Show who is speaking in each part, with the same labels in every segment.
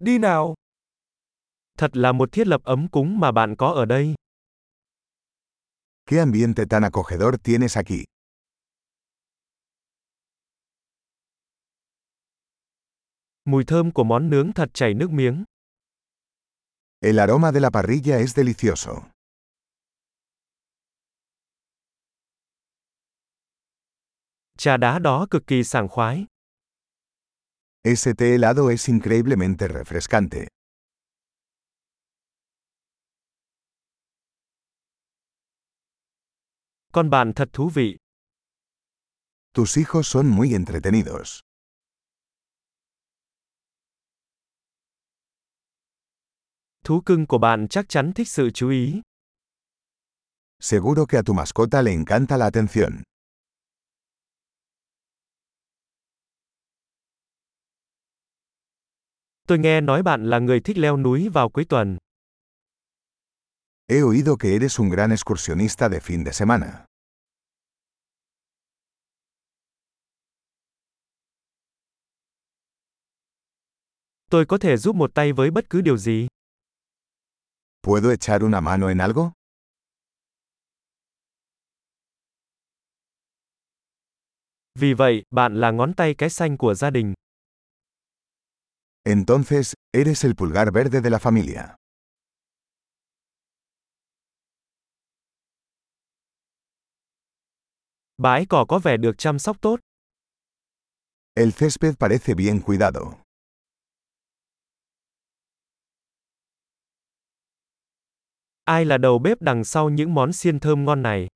Speaker 1: đi nào. Thật là một thiết lập ấm cúng mà bạn có ở đây.
Speaker 2: ¿Qué ambiente tan acogedor tienes aquí?
Speaker 1: Mùi thơm của món nướng thật chảy nước miếng.
Speaker 2: El aroma de la parrilla es delicioso.
Speaker 1: Trà đá đó cực kỳ sảng khoái.
Speaker 2: Ese té helado es increíblemente refrescante.
Speaker 1: Con bạn thật thú vị.
Speaker 2: Tus hijos son muy entretenidos.
Speaker 1: Thú cưng của bạn chắc chắn thích sự chú ý.
Speaker 2: Seguro que a tu mascota le encanta la atención.
Speaker 1: Tôi nghe nói bạn là người thích leo núi vào cuối tuần.
Speaker 2: He oído que eres un gran excursionista de fin de semana.
Speaker 1: Tôi có thể giúp một tay với bất cứ điều gì.
Speaker 2: ¿Puedo echar una mano en algo?
Speaker 1: Vì vậy, bạn là ngón tay cái xanh của gia đình.
Speaker 2: Entonces, eres el pulgar verde de la familia.
Speaker 1: Bãi cỏ có vẻ được chăm sóc tốt.
Speaker 2: El césped parece bien cuidado.
Speaker 1: Ai là đầu bếp đằng sau những món xiên thơm ngon này?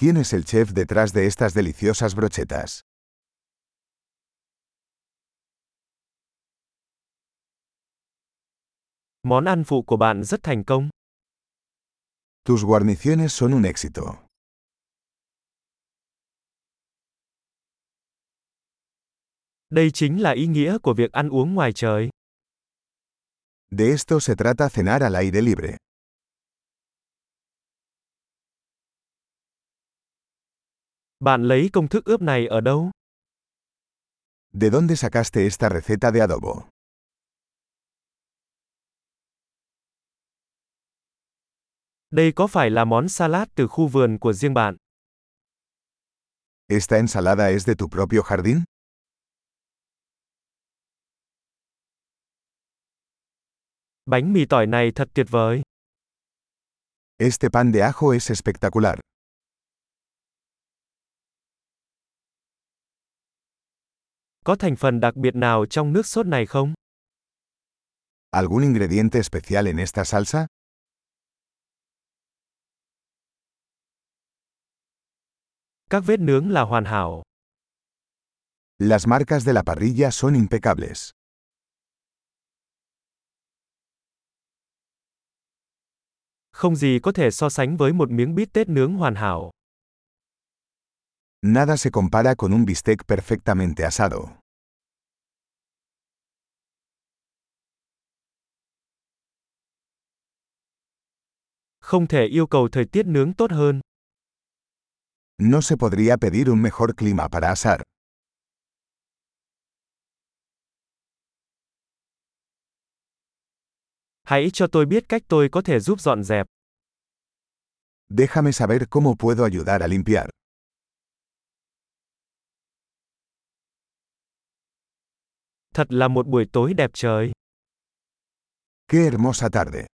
Speaker 2: ¿Quién es el chef detrás de estas deliciosas brochetas?
Speaker 1: Món ăn phụ của bạn rất thành công.
Speaker 2: Tus guarniciones son un éxito.
Speaker 1: Đây chính là ý nghĩa của việc ăn uống ngoài trời.
Speaker 2: De esto se trata cenar al aire libre.
Speaker 1: Bạn lấy công thức ướp này ở đâu?
Speaker 2: ¿De dónde sacaste esta receta de adobo?
Speaker 1: Đây có phải là món salad từ khu vườn của riêng bạn?
Speaker 2: ¿Esta ensalada es de tu propio jardín?
Speaker 1: Bánh mì tỏi này thật tuyệt vời.
Speaker 2: Este pan de ajo es espectacular.
Speaker 1: Có thành phần đặc biệt nào trong nước sốt này không?
Speaker 2: ¿Algún ingrediente especial en esta salsa?
Speaker 1: Các vết nướng là hoàn hảo.
Speaker 2: Las marcas de la parrilla son impecables.
Speaker 1: Không gì có thể so sánh với một miếng bít tết nướng hoàn hảo.
Speaker 2: Nada se compara con un bistec perfectamente asado.
Speaker 1: Không thể yêu cầu thời tiết nướng tốt hơn.
Speaker 2: No se podría pedir un mejor clima para asar.
Speaker 1: Hãy cho tôi biết cách tôi có thể giúp dọn dẹp.
Speaker 2: Déjame saber cómo puedo ayudar a limpiar.
Speaker 1: Thật là một buổi tối đẹp trời.
Speaker 2: ¡Qué hermosa tarde!